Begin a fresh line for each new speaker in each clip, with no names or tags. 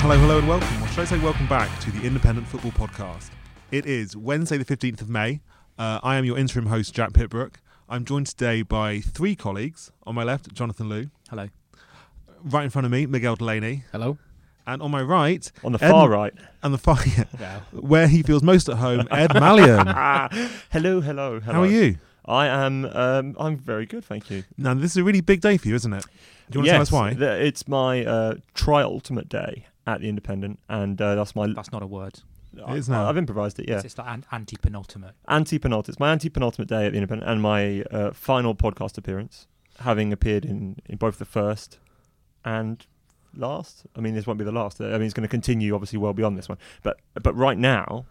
Hello, hello, and welcome, or should I say welcome back to the Independent Football Podcast. It is Wednesday, the 15th of May. Uh, I am your interim host, Jack Pitbrook. I'm joined today by three colleagues. On my left, Jonathan Liu.
Hello.
Right in front of me, Miguel Delaney.
Hello.
And on my right,
On the
Ed-
far right.
and the far, yeah, where he feels most at home, Ed Mallion.
Ah, hello, hello, hello.
How are you?
I am. Um, I'm very good, thank you.
Now, this is a really big day for you, isn't it? Do you want to
yes,
tell us why?
th- it's my uh, try ultimate day at the Independent, and uh, that's my.
That's not a word.
I,
is now.
I've improvised it. Yeah,
It's just like an anti penultimate.
anti penultimate. It's my anti penultimate day at the Independent, and my uh, final podcast appearance, having appeared in, in both the first and last. I mean, this won't be the last. I mean, it's going to continue obviously well beyond this one. But but right now,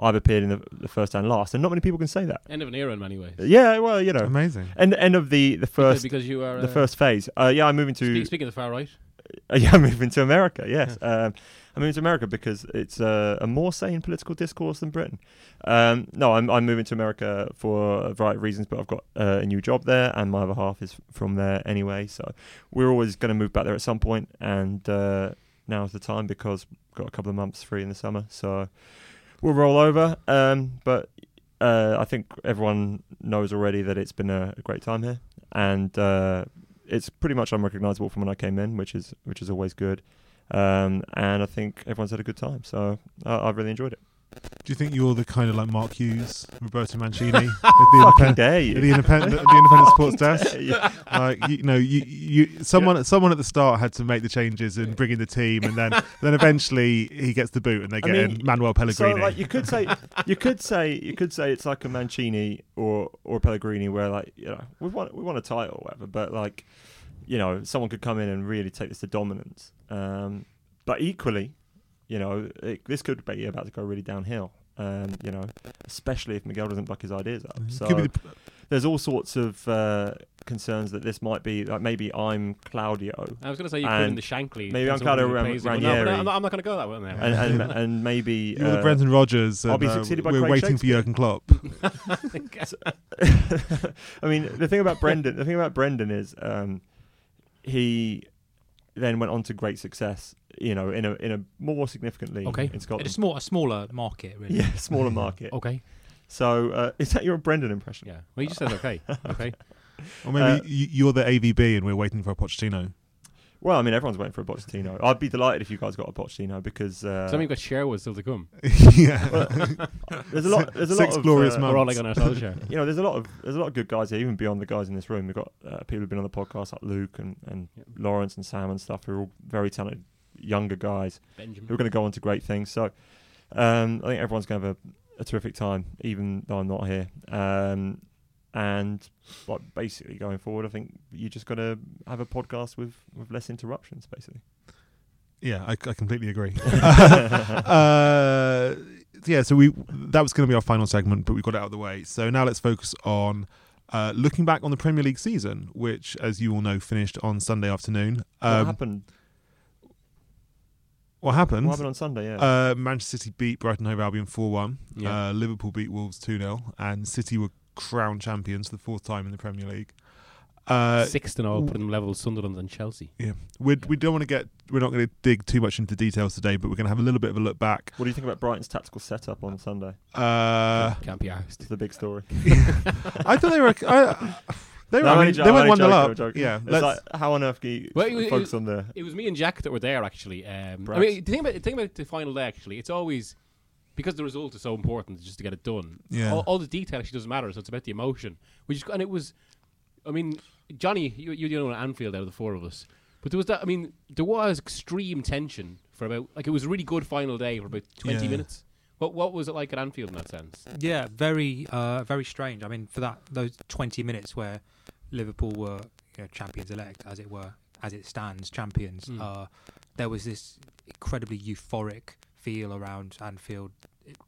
I've appeared in the, the first and last, and not many people can say that.
End of an era in many ways.
Yeah, well, you know,
Amazing.
and end of the the
Because,
first
because you are
the
uh,
first phase. Uh, yeah, I'm moving to
speak, speaking of the far right,
uh, yeah, I'm moving to America. Yes, um, I'm moving to America because it's uh, a more sane political discourse than Britain. Um, no, I'm I'm moving to America for a variety of reasons, but I've got uh, a new job there, and my other half is from there anyway. So we're always going to move back there at some point, and uh, now's the time because we've got a couple of months free in the summer, so we'll roll over. Um, but uh, I think everyone knows already that it's been a, a great time here, and uh, it's pretty much unrecognizable from when I came in, which is which is always good. Um, and I think everyone's had a good time, so I I've really enjoyed it.
Do you think you're the kind of like Mark Hughes, Roberto Mancini, at the,
Fucking
Independ-
dare
at
you.
the Independent, at the Independent Sports Desk?
Yeah.
like you know you you someone someone at the start had to make the changes and bring in the team and then then eventually he gets the boot and they get
mean,
in Manuel
So
Pellegrini
like you could say you could say you could say it's like a Mancini or or Pellegrini where like you know we want we want a title or whatever but like you know someone could come in and really take this to dominance um, but equally you know it, this could be about to go really downhill um, you know especially if Miguel doesn't buck his ideas up so
could be the,
there's all sorts of uh, concerns that this might be like maybe I'm Claudio
I was going to say you put in
And
the Shankly.
maybe
for
I'm
someone
Claudio
who
Ram-
plays it, but no, but
Ranieri.
I'm not, going to go that way now.
and and, and maybe
you're the
uh,
Brendan Rodgers and,
I'll be
uh,
succeeded by
we're
Craig
waiting for Jurgen Klopp
I mean, the thing about Brendan, the thing about Brendan is um, he then went on to great success, you know, in a in a more significant league
Okay.
in
It's a,
Scotland.
small, a smaller market, really.
Yeah, smaller market.
Okay.
So uh, is that your Brendan impression?
Oh. yeah. Well, you just said okay. Okay.
or maybe
Uh,
you, you're the AVB and we're waiting for a Pochettino
Well, I mean, everyone's waiting for a Pochettino. I'd be delighted if you guys got a Pochettino because uh,
so I mean, we've got Sherwood still to come.
yeah
there's a lot. There's a
Six
lot of
glorious
uh,
months.
We're all like on our side share.
you know, there's a lot of there's a lot of good guys here, even beyond the guys in this room. We've got uh, people who've been on the podcast like Luke and, and
Yeah.
Lawrence and Sam and stuff, who are all very talented younger guys. who are
Benjamin.
going to go on to great things. So um, I think everyone's going to have a, a terrific time, even though I'm not here. Um, and like basically going forward, I think you just got to have a podcast with, with less interruptions, basically.
yeah I, I completely agree uh, yeah so we that was going to be our final segment but we got it out of the way so now let's focus on uh, looking back on the Premier League season, which, as you all know, finished on Sunday afternoon.
what
Um,
happened?
What happened?
What happened on Sunday? Yeah.
Uh, Manchester City beat Brighton Hove Albion 4 1.
Yeah.
Uh, Liverpool beat Wolves 2 0. And City were crowned champions for the fourth time in the Premier League. Uh,
Sixth and all, putting them level with Sunderland and Chelsea.
yeah. we we don't want to get, we're not going to dig too much into details today, but we're going to have a little bit of a look back.
what do you think about Brighton's tactical setup on Sunday?
Uh,
Can't be
It's
asked.
the big story.
I thought they were, I, they were,
No, I'm
I
only
mean,
jo-
they
I'm
went
only
1 0
joking,
up.
I'm joking.
Yeah.
It's
Let's,
like, how on earth can you
Well, it was- it
focus
was-
on the.
It was me and Jack that were there actually. Um, I
Brad.
mean, the thing about the thing about the final day actually, it's always because the result is so important just to get it done.
Yeah.
All, all the detail actually doesn't matter. So it's about the emotion. Which is, and it was, I mean, Johnny, you you know Anfield out of the four of us, but there was that. I mean, there was extreme tension for about like it was a really good final day for about twenty
Yeah.
minutes. What what was it like at Anfield in that sense?
Yeah, very, uh, very strange. I mean, for that those twenty minutes where Liverpool were you know, champions elect, as it were, as it stands, champions.
Mm.
Uh, there was this incredibly euphoric feel around Anfield,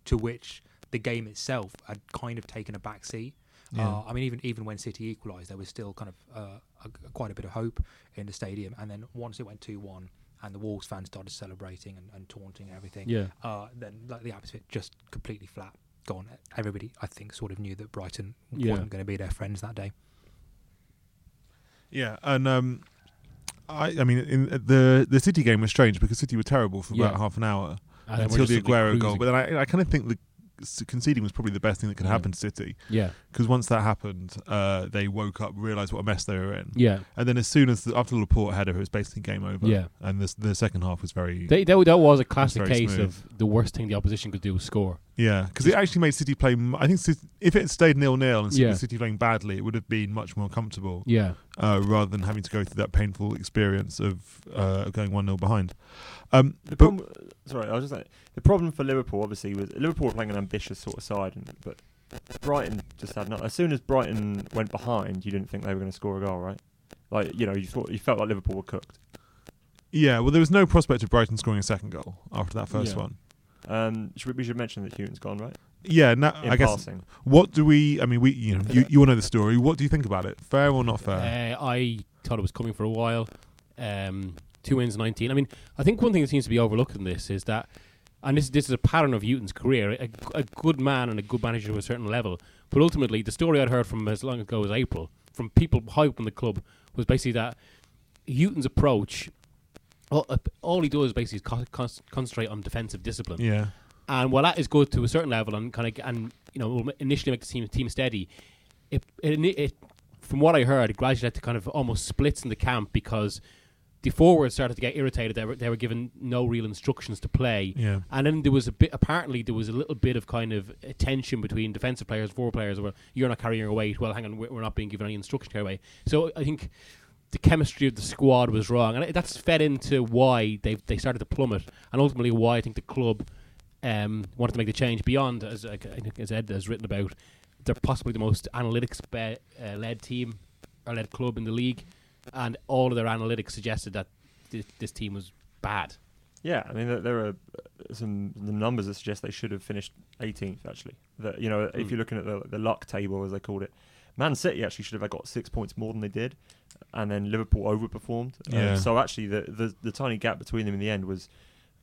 to which the game itself had kind of taken a back seat.
Yeah.
Uh, I mean, even even when City equalised, there was still kind of uh, a, quite a bit of hope in the stadium. And then once it went two one, and the Wolves fans started celebrating and, and taunting and everything,
Yeah.
uh, then like the atmosphere just completely flat, gone. Everybody, I think, sort of knew that Brighton
Yeah.
wasn't going to be their friends that day.
Yeah, and um, I I mean in the the City game was strange because City were terrible for
Yeah.
about half an hour
And then we're
until the
just, like,
Aguero goal.
cruising.
But then I I kind of think the s- conceding was probably the best thing that could
Yeah.
happen to City
Yeah,
because once that happened, uh, they woke up, realised what a mess they were in,
yeah.
and then as soon as the, after the Laporte header, it was basically game over.
Yeah.
and the the second half was very
They, that, that was a classic
very
case
smooth.
of the worst thing the opposition could do was score.
Yeah, because it actually made City play. m- I think City, if it had stayed nil nil and City,
Yeah.
City playing badly, it would have been much more comfortable
Yeah,
uh, rather than having to go through that painful experience of uh, going one 0 behind. Um,
The
but
problem, sorry, I was just like, the problem for Liverpool obviously was Liverpool were playing an ambitious sort of side, and, but Brighton just had not. As soon as Brighton went behind, you didn't think they were going to score a goal, right? Like you know, you thought you felt like Liverpool were cooked.
yeah, well, there was no prospect of Brighton scoring a second goal after that first
Yeah.
one.
Um, should we, we should mention that Hewton's gone, right?
Yeah, now,
In
I guess.
passing,
What do we? I mean, we. You know, you, you all know the story. What do you think about it? Fair or not fair?
uh, I thought it was coming for a while. Um, two wins, nineteen. I mean, I think one thing that seems to be overlooked in this is that, and this this is a pattern of Uton's career. A, a good man and a good manager to a certain level, but ultimately the story I'd heard from as long ago as April from people high up in the club was basically that Uton's approach. Well, uh, all he does basically is con- con- concentrate on defensive discipline.
yeah,
And while that is good to a certain level and kind of and you know will initially make the team team steady, it, it it from what I heard, it gradually led to kind of almost splits in the camp because the forwards started to get irritated. They were, they were given no real instructions to play,
yeah,
and then there was a bit. Apparently, there was a little bit of kind of a tension between defensive players, forward players. Well, you're not carrying your weight. Well, hang on, we're we're not being given any instruction to carry weight. So I think the chemistry of the squad was wrong, and that's fed into why they they started to plummet, and ultimately why I think the club um, wanted to make the change beyond as I think as Ed has written about. They're possibly the most analytics be- uh, led team or led club in the league, and all of their analytics suggested that thi- this team was bad.
yeah. I mean, there, there are uh, some the numbers that suggest they should have finished 18th. Actually, that you know, if
Hmm.
you're looking at the, the luck table as they called it, Man City actually should have like, got six points more than they did, and then Liverpool overperformed. Uh,
Yeah.
so actually, the, the the tiny gap between them in the end was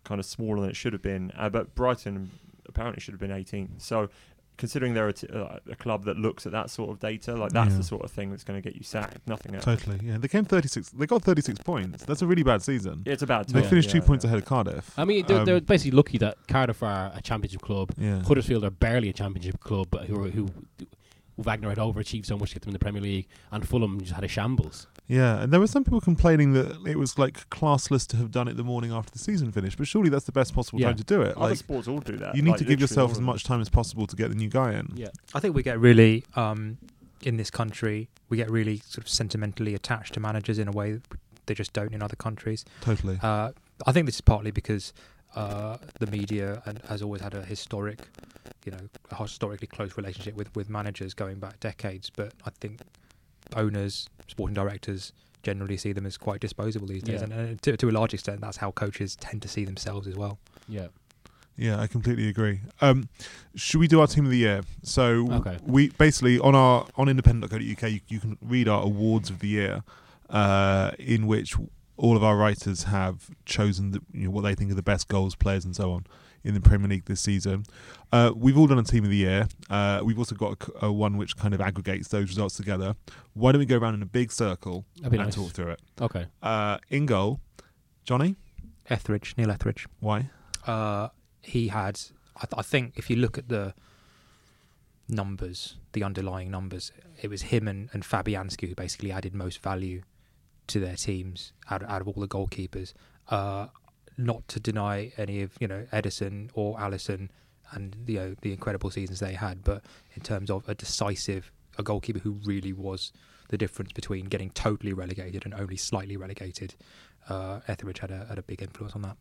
kind of smaller than it should have been. Uh, but Brighton apparently should have been 18th. So considering they're a, t- uh, a club that looks at that sort of data, like that's
Yeah.
the sort of thing that's going to get you sacked. Nothing else.
totally. Yeah, they came thirty six. They got thirty six points. That's a really bad season.
It's a bad
They
time,
finished
yeah,
two points
yeah.
ahead of Cardiff.
I mean, they're,
Um,
they're basically lucky that Cardiff are a championship club.
yeah.
Huddersfield are barely a championship club, but who, are- who Wagner had overachieved so much to get them in the Premier League, and Fulham just had a shambles.
Yeah, and there were some people complaining that it was like classless to have done it the morning after the season finished, but surely that's the best possible
Yeah.
time to do it.
Other
Like
sports all do that.
you need
like,
to give
literally
yourself
all
as
of them.
much time as possible to get the new guy in.
Yeah,
I think we get really um, in this country. We get really sort of sentimentally attached to managers in a way that they just don't in other countries.
Totally.
Uh, I think this is partly because uh, the media and has always had a historic, you know, a historically close relationship with with managers going back decades. But I think owners, sporting directors generally see them as quite disposable these days,
Yeah.
and, and to, to a large extent, that's how coaches tend to see themselves as well.
yeah.
Yeah, I completely agree. Um, should we do our team of the year? So w-
Okay.
we basically on our on independent.co.uk you, you can read our awards of the year, uh, in which all of our writers have chosen the, you know, what they think are the best goals, players, and so on in the Premier League this season. Uh, we've all done a team of the year. Uh, we've also got a c- a, one which kind of aggregates those results together. Why don't we go around in a big circle
That'd be
and
nice.
talk through it?
Okay.
Uh, in goal, Johnny.
Etheridge, Neil Etheridge.
Why?
uh, he had. I, th- I think if you look at the numbers, the underlying numbers, it was him and, and Fabianski who basically added most value to their teams out, out of all the goalkeepers. Uh, not to deny any of you know Edison or Allison and you know the incredible seasons they had, but in terms of a decisive, a goalkeeper who really was the difference between getting totally relegated and only slightly relegated. Uh, Etheridge had a, had a big influence on that.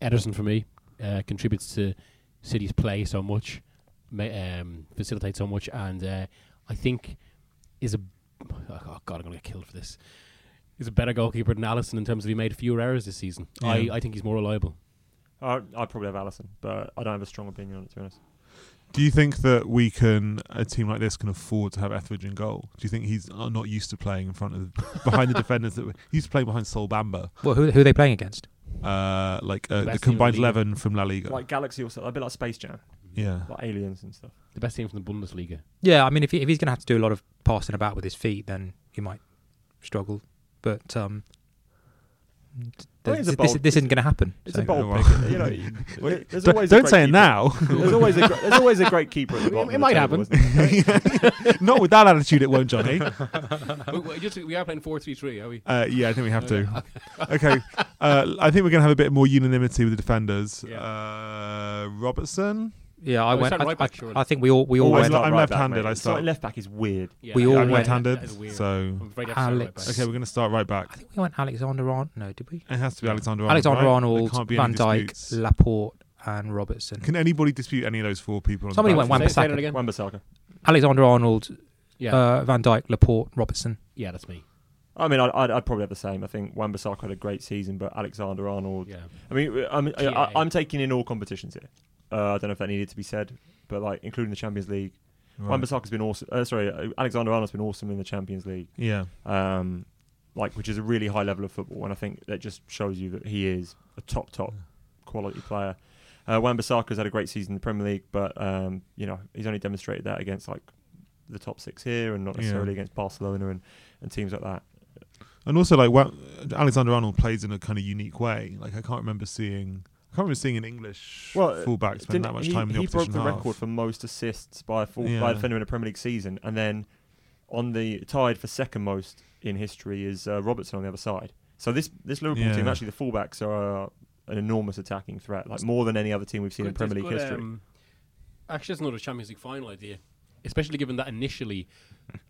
Ederson for me uh, contributes to cities play so much, ma- um, facilitate so much, and uh, I think is a oh god I'm gonna get killed for this. Is a better goalkeeper than Allison in terms of he made fewer errors this season. I,
Yeah.
I think he's more reliable.
I, I'd probably have Allison, but I don't have a strong opinion on it, to be honest.
Do you think that we can a team like this can afford to have Etheridge in goal? Do you think he's uh, not used to playing in front of behind the defenders that we- he used to play behind Sol Bamba,
Well, who, who are they playing against?
uh, like uh,
Best team in
the
the
combined
league.
eleven from La Liga?
Like Galaxy or something, a bit like Space Jam,
yeah,
like aliens and stuff.
The best team from the Bundesliga.
Yeah, I mean, if, he, if he's going to have to do a lot of passing about with his feet, then he might struggle. But um,
think it's a
this, this,
bold-
this isn't going to happen.
It's
so-
a bold
well.
pick. You know, you- there- there's
Don't-
always a
don't
great
say it
keeper.
now.
There's always a gr- there's always a great keeper at the bottom. of
It
the
might
table,
happen.
isn't there?
not with that attitude, it won't, Johnny.
we, we- just, we are playing 4 3 3, are we?
Uh, yeah, I think we have to. okay, uh, I think we're going to have a bit more unanimity with the defenders.
Yeah.
Uh, Robertson.
Yeah, I
Oh, he's
went. I,
starting right
I-
back, surely.
I think we all we all
Always
went.
like- I'm
right back,
left-handed,
mate.
I start-
Starting left back is weird.
Yeah,
We all
yeah,
I'm
went-
that is
left-handed,
weird.
so
I'm afraid I have to
Alex.
start
okay, we're going to start right back.
I think we went Alexander Arnold. No, did we?
It has to be Alexander Arnold.
Alexander
right? There
Arnold,
can't be
Van
any
Dyke,
disputes.
Laporte, and Robertson.
Can anybody dispute any of those four people? On
Somebody
the
went
back?
Say- say
Wan-Bissaka.
that again.
Wan-Bissaka.
Alexander Arnold,
Yeah,
uh, Van Dyke, Laporte, Robertson.
yeah, that's me.
I mean, I'd, I'd, I'd probably have the same. I think Wan-Bissaka had a great season, but Alexander Arnold.
Yeah.
I mean, I'm, I,
Yeah.
I- I'm taking in all competitions here. Uh, I don't know if that needed to be said, but like including the Champions League,
Right.
Wan-Bissaka's been awesome. Uh, sorry, uh, Alexander Arnold's been awesome in the Champions League,
Yeah.
um, like which is a really high level of football, and I think that just shows you that he is a top top quality player. Uh, Wan-Bissaka's had a great season in the Premier League, but um, you know he's only demonstrated that against like the top six here, and not
Yeah.
necessarily against Barcelona and, and teams like that.
And also, like, well, Alexander Arnold plays in a kind of unique way. Like, I can't remember seeing, I can't remember seeing an English
Well, uh,
fullback spend
Didn't-
that much
he,
time in the
he broke
opposition
the
half.
record for most assists by a, full,
Yeah.
by a defender in a Premier League season, and then on the tied for second most in history is uh, Robertson on the other side. So this this Liverpool team
Yeah.
actually the fullbacks are uh, an enormous attacking threat, like more than any other team we've seen in
Good-
Premier
it's
League
good,
history.
um, actually, that's another Champions League final idea, especially given that initially,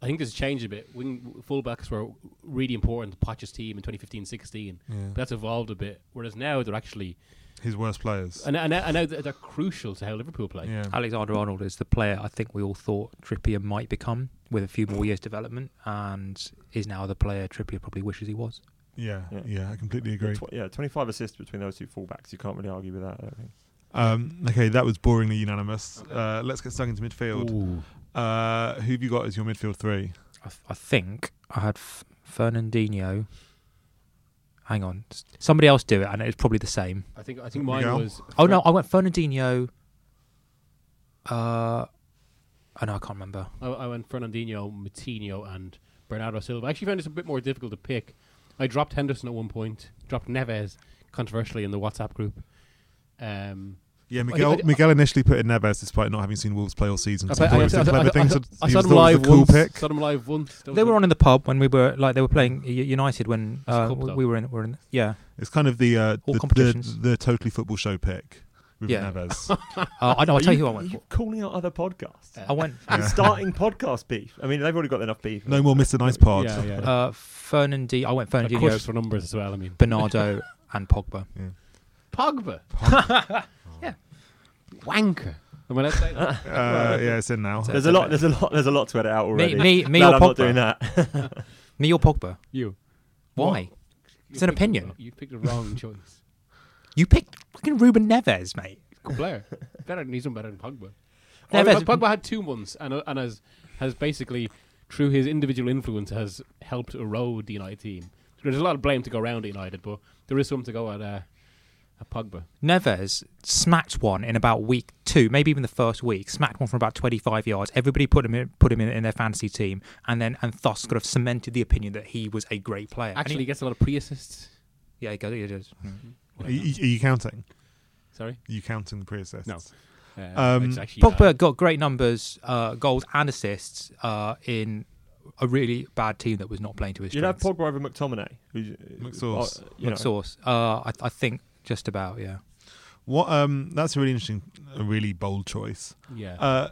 I think this has changed a bit. Wing fullbacks were really important to Potch's team in 2015-16.
Yeah.
That's evolved a bit, whereas now they're actually,
His worst players.
and, and, and now they're, they're crucial to how Liverpool play.
yeah.
Alexander Arnold is the player I think we all thought Trippier might become with a few more years development, and is now the player Trippier probably wishes he was.
yeah. Yeah.
Yeah.
I completely agree.
Tw- yeah, 25 assists between those two fullbacks. You can't really argue with that. I don't think.
Um, okay, that was boringly unanimous. Uh, let's get stuck into midfield.
Ooh.
Uh, who have you got as your midfield three?
I, th- I think I had F- Fernandinho. Hang on, S- somebody else do it, and it's probably the same.
I think I think mine
Miguel?
was.
Oh no, I went Fernandinho. Uh, oh no, I can't remember.
I, I went Fernandinho, Matinho, and Bernardo Silva. I actually found this a bit more difficult to pick. I dropped Henderson at one point, dropped Neves controversially in the WhatsApp group. Um,
Yeah,
think-
Miguel.
I think-
Miguel initially put in Neves despite not having seen Wolves play all season.
I
So
saw-
I thought it was
I
a
saw-
clever
I
thing.
saw-
to-
I
he
saw
was
them
thought it was
live
a cool
once.
pick.
Saw them live once. That was
They were
a-
on in the pub when we were like they were playing U- United when
It's a
uh,
club,
we
though.
we were in. We're in. Yeah,
It's kind of the uh,
All
the,
competitions.
the the totally football show pick with
Yeah.
Neves.
uh, I know. I'll
Are
tell you
you,
who I
are
went
you
for.
calling out other podcasts.
I went
You're starting podcast beef. I mean, they've already got enough beef.
no more Mr. Nice Pod.
Yeah, yeah.
uh, Fernandinho. I went
of course, it's
Fernandinho,
for numbers as well. I mean,
Bernardo, and Pogba.
Pogba.
Yeah.
Wanker. Am I allowed to say that?
Uh, yeah, it's in now.
It's
There's a lot. There's a lot. There's a lot to edit out already.
me- me
Glad
or
I'm
Pogba?
not doing that.
Me or Pogba?
you.
Why? It's an
You picked the-
opinion.
you picked the wrong choice.
You picked fucking Ruben Neves, mate.
Good player. Better than he's done better than Pogba.
Yeah,
I mean,
there's-
Pogba had two months and uh, and has has basically through his individual influence has helped erode the United team. There's a lot of blame to go around at United, but there is some to go at uh, at Pogba.
Neves smacked one in about week two, maybe even the first week. Smacked one from about 25 yards. Everybody put him in, put him in, in their fantasy team, and then and thus could have cemented the opinion that he was a great player. And
Actually, he
he,
gets a lot of pre assists.
yeah, he goes. mm. He does.
Are you, are you counting?
Sorry.
Are you counting the pre-assists?
No. Uh,
Um,
it's actually, uh,
Pogba got great numbers, uh, goals and assists uh, in a really bad team that was not playing to his
You'd have
strengths.
Pogba over McTominay. Who's,
McSauce.
uh, you know.
source. Uh, I, I think just about yeah.
What? Um, that's a really interesting, a really bold choice.
yeah.
Uh,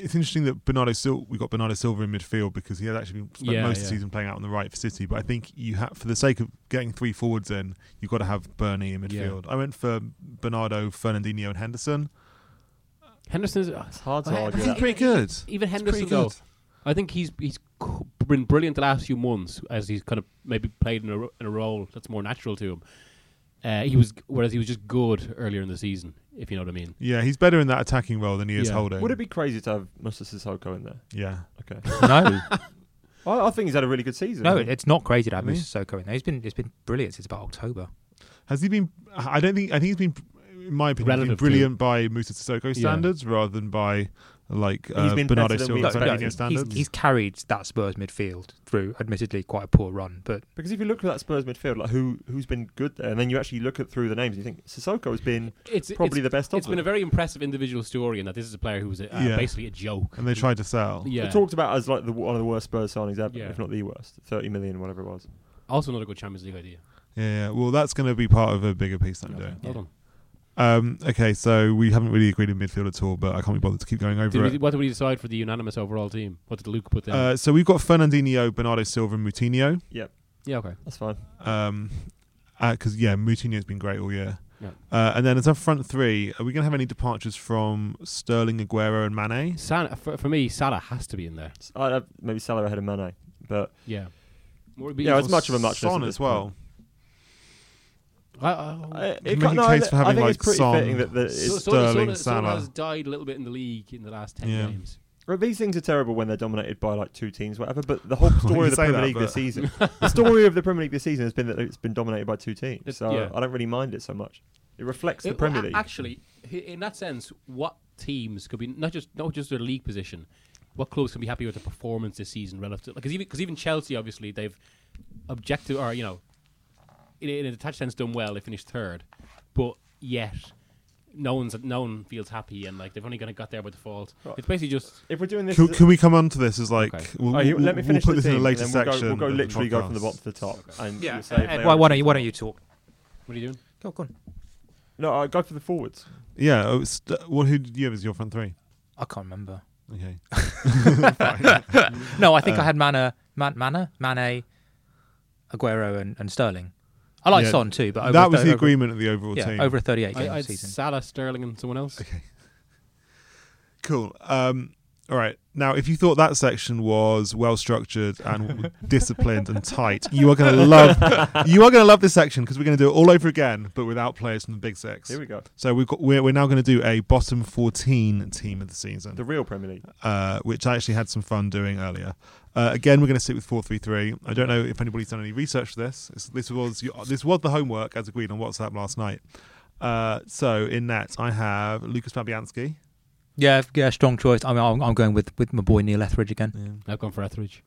it's interesting that Bernardo Silva we got Bernardo Silva in midfield because he has actually been- spent
Yeah,
most of the
yeah.
season playing out on the right for City. But I think you have, for the sake of getting three forwards in, you've got to have Bernie in
Yeah.
midfield. I went for Bernardo, Fernandinho, and Henderson.
Henderson's
It's hard to
I- I
argue.
think
that.
He's pretty good.
uh, even
He's
Henderson
pretty
though.
good.
I think he's he's c- been brilliant the last few months as he's kind of maybe played in a, ro- in a role that's more natural to him. Uh, he was whereas he was just good earlier in the season, if you know what I mean.
Yeah, he's better in that attacking role than he is
Yeah.
holding.
Would it be crazy to have Musa Sissoko in there?
Yeah.
Okay.
no,
I, I think he's had a really good season.
no, it- it's not crazy to have
Really?
Musa Soko in there. He's been it's been brilliant since about October.
Has he been? I don't think. I think he's been, in my opinion, he's been
Relative to-
brilliant by Musa Sissoko
Yeah.
standards rather than by like uh,
He's been
Bernardo
better than
Silva
we
and
expected.
Fernandinho
No,
he's,
standards.
he's carried that Spurs midfield through, admittedly quite a poor run, but
because if you look at that Spurs midfield, like who who's been good there, and then you actually look at through the names, and you think Sissoko has been
It's
probably
it's,
the best of
it's
them.
been a very impressive individual story in that this is a player who was a, uh,
Yeah.
basically a joke.
and they tried to sell.
Yeah.
They're talked about as like the, one of the worst Spurs signings ever,
Yeah.
if not the worst. Thirty million, whatever it was.
also not a good Champions League idea.
Yeah, yeah. Well, that's going to be part of a bigger piece that I'm
Okay,
doing.
well done.
Um, okay, so we haven't really agreed in midfield at all, but I can't be bothered to keep going over
Did we,
it.
what did we decide for the unanimous overall team? What did Luke put there?
Uh, so we've got Fernandinho, Bernardo Silva, and Moutinho.
yeah, okay.
That's fine.
Because yeah, Moutinho's been great all year.
Yeah.
Uh, and then as our front three, are we going to have any departures from Sterling, Aguero, and Mane?
Salah, for, for me, Salah has to be in there.
S- I'd have maybe Salah ahead of Mane, but
Yeah. More-
Yeah,
I,
it's much of a muchness
Son
at
as
this
well.
point.
I,
I-
you
uh, it
make
can't-
a
no, I
case
thi-
for having,
I think
like,
it's pretty
Son?
fitting that the,
So-
it's,
so- so-
Sterling,
so-
Salah.
has died a little bit in the league in the last 10
Yeah.
games.
Well, these things are terrible when they're dominated by like two teams, whatever. But the whole
you
story of the
say
Premier
that,
League this
but-
season, the story of the Premier League this season has been that it's been dominated by two teams.
It-
So
yeah.
I don't really mind it so much. It reflects the
It-
Premier
a-
League.
Actually, i- in that sense, what teams could be not just not just their league position, what clubs can be happy with the performance this season relative? to Because even because even Chelsea, obviously, they've objective or you know, in, in a detached sense, done well. They finished third, but yet. No one's no one feels happy and like they've only kind of got there by default.
Right.
It's basically just
if we're doing this,
Can,
as a-
can we come on to this as like
Okay.
we'll,
Oh, you-
we'll-
let me
we'll
finish
put
the
this in a
team,
later
and then we'll
section.
Go, we'll
of
go
the
literally go from the
podcast.
bottom to the top. And you say if
Ed,
they
why,
are-
why don't you why don't you talk?
what are you doing?
Go on, go on.
No, I go for the forwards.
Yeah. oh, St- well, who did you have as your front three?
I can't remember.
Okay.
No, I
Uh,
think I had Mana, Man, Mana, Mane, Aguero, and, and Sterling. I like
Yeah.
Son too, but over a
that was
thir-
the
over-
agreement of the overall
Yeah,
team.
over a 38
I,
game
I'd
season.
Salah, Sterling, and someone else.
Cool. Um, all right. Now, if you thought that section was well structured and disciplined and tight, you are going to love you are going to love this section because we're going to do it all over again, but without players from the Big Six.
Here we go.
So we've got we're, we're now going to do a bottom fourteen team of the season.
The real Premier League.
uh, which I actually had some fun doing earlier. Uh, again, we're going to stick with four three three. I don't know if anybody's done any research for this. This, this was your, this was the homework as agreed on WhatsApp last night. Uh, so in net, I have Lucas Fabianski.
yeah, yeah, strong choice. I'm, I'm, I'm going with, with my boy Neil Etheridge again.
I've gone for Etheridge.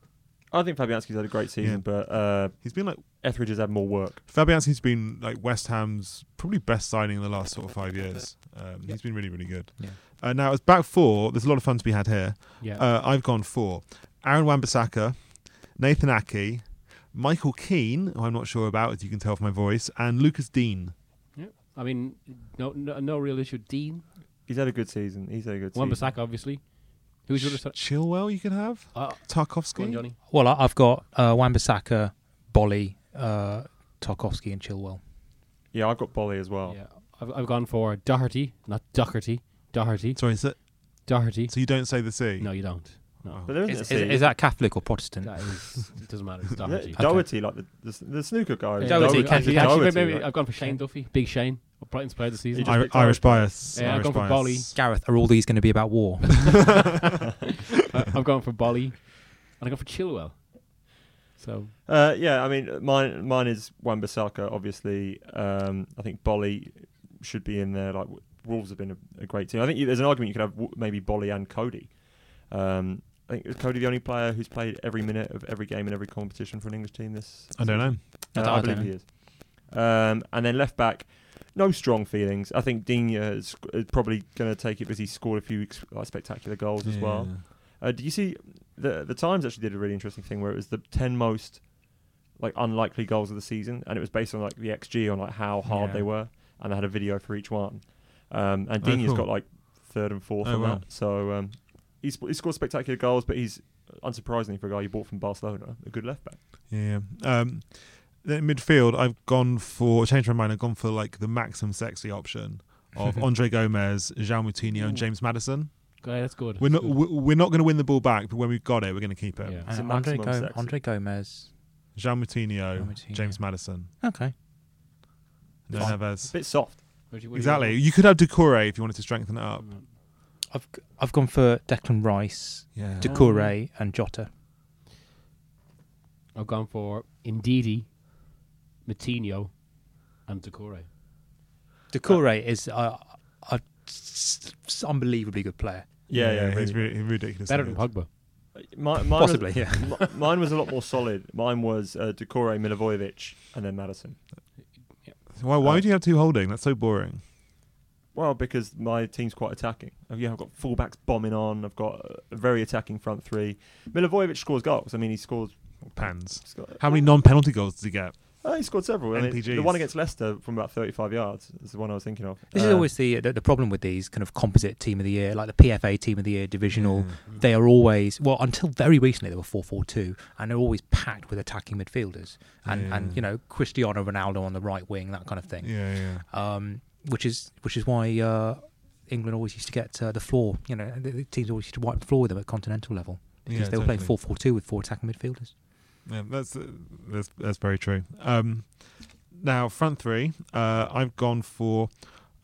I think Fabianski's had a great
Yeah.
season, but uh,
He's been like
Etheridge has had more work.
Fabianski's been like West Ham's probably best signing in the last sort of five years. Um, he's been really really good.
Yeah.
Uh, now it's back four. There's a lot of fun to be had here.
Yeah,
Uh, I've gone for Aaron Wan-Bissaka, Nathan Aki, Michael Keane, who I'm not sure about, as you can tell from my voice, and Lucas Dean.
I mean, no, no, no real issue. Dean,
He's had a good season. He's had a good
Wan
season.
Bissaka, obviously. Who's your
Ch-
other? sta-
Chilwell, you could have
Uh, go on,
Tarkovsky.
Johnny.
Well, I, I've got uh, Wan-Bissaka, Bolly, uh, Tarkovsky, and Chilwell.
Yeah, I've got Bolly as well.
Yeah, I've, I've gone for Doherty, not Doherty. Doherty,
Sorry, so,
Doherty.
so you don't say the C. Oh.
No, you don't. No,
But there isn't
Is, is,
a C.
is that Catholic or Protestant?
that is, it doesn't matter. It's
Yeah,
Doherty.
Doherty, like the, the, s- the snooker guy.
Yeah,
Doherty,
Uh, Doherty,
Ken-
actually,
Doherty,
actually, maybe
right?
I've gone for Shane Duffy, Big Shane, of Brighton's player of the season.
just
Ir-
picked
Irish
Irish
bias.
Yeah, I've
Irish
gone for
bias.
Bolly.
Gareth, are all these going to be about war?
I- I've gone for Bolly, and I've gone for Chilwell. So
Uh, yeah, I mean, mine mine is Wan Bissaka. Obviously, um, I think Bolly should be in there. Like w- Wolves have been a, a great team. I think you- there's an argument you could have w- maybe Bolly and Cody. Um, I think is Cody the only player who's played every minute of every game in every competition for an English team this.
I don't know.
I
Uh, I,
don't- I
believe
don't
he is. Um, and then left back, no strong feelings. I think Dina is, is probably going to take it because he scored a few ex- like, spectacular goals as well. Uh, did you see the the Times actually did a really interesting thing where it was the ten most like unlikely goals of the season, and it was based on like the XG on like how hard
Yeah.
they were, and they had a video for each one. Um, and
Oh,
Dini's
cool.
got like third and fourth
Oh,
on
wow.
that, so um, he's, he scored spectacular goals, but he's uh, unsurprisingly for a guy you bought from Barcelona, a good left back.
Yeah. Um, then in midfield, I've gone for changed my mind. I've gone for like the maximum sexy option of Andre Gomez, Jean Moutinho, and
Ooh.
James Madison.
Okay, that's good.
We're
That's
not we- we're not going to win the ball back, but when we've got it, we're going to keep
good.
it.
Yeah.
It's a
And Uh, Andre,
maximum
Go-
sexy.
Andre Gomez.
Jean Moutinho,
Jean Moutinho.
James Madison,
Okay.
no
Fine.
It's a
Neves.
bit soft.
What do you- what do you
Exactly. You could have Decore if you wanted to strengthen it up.
got?
I've g- I've gone for Declan Rice,
Yeah.
Decore, and Jota.
I've gone for Indeedy, Matinho, and Decore.
Decore is uh, a s- s- unbelievably good player.
Yeah, yeah,
he's
really.
ri- he's ridiculous.
Better than Pogba.
Mi- mine
Possibly,
was,
yeah.
mi- mine was a lot more solid. Mine was uh, Decore, Milivojevic, and then Madison.
Why, why
Uh,
do you have two holding? That's so boring.
Well, because my team's quite attacking. Oh, yeah, I've got fullbacks bombing on. I've got uh, a very attacking front three. Milivojevic scores goals. I mean, he scores.
Pans.
he's got-
How many non-penalty goals did he get?
Uh, he scored several. I mean,
NPGs.
the one against Leicester from about 35 yards is the one I was thinking of.
This is
Uh,
always the, the the problem with these kind of composite team of the year, like the PFA team of the year, divisional.
Yeah.
They are always well until very recently they were four four two, and they're always packed with attacking midfielders and and
Yeah.
you know Cristiano Ronaldo on the right wing, that kind of thing.
Yeah, yeah.
um, which is which is why uh, England always used to get uh, the floor. You know, the, the teams always used to wipe the floor with them at continental level because
Yeah,
they were playing
totally.
four four two with four attacking midfielders.
Yeah, that's, uh, that's that's very true. Um, now front three, uh, I've gone for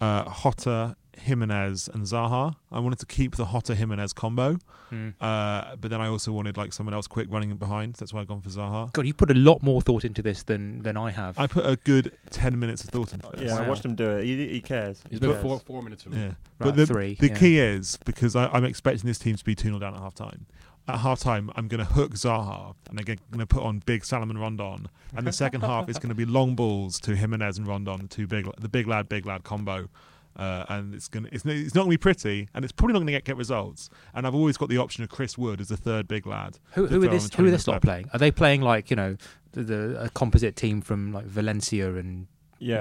uh, Hotter, Jimenez, and Zaha. I wanted to keep the Hotter Jimenez combo,
Hmm.
uh, but then I also wanted like someone else quick running behind. That's why I've gone for Zaha.
God, you put a lot more thought into this than than I have.
I put a good ten minutes of thought into this.
Yeah, I
Wow.
watched him do it. He, he cares.
He's
He
about
cares.
four four minutes from
Yeah.
now.
but
Right,
the,
three,
the
yeah.
key is because I, I'm expecting this team to be 2 0 down at half time. At half time, I'm going to hook Zaha and I'm going to put on big Salomon Rondon. And the second half is going to be long balls to Jimenez and Rondon, the, two big, the big lad, big lad combo. Uh, and it's going to, it's, it's not going to be pretty and it's probably not going to get, get results. And I've always got the option of Chris Wood as the third big lad.
who
to
who are
throw on
this
the
who are
20
this lot
minute
playing? Are they playing like you know the, the a composite team from like Valencia and
Yeah,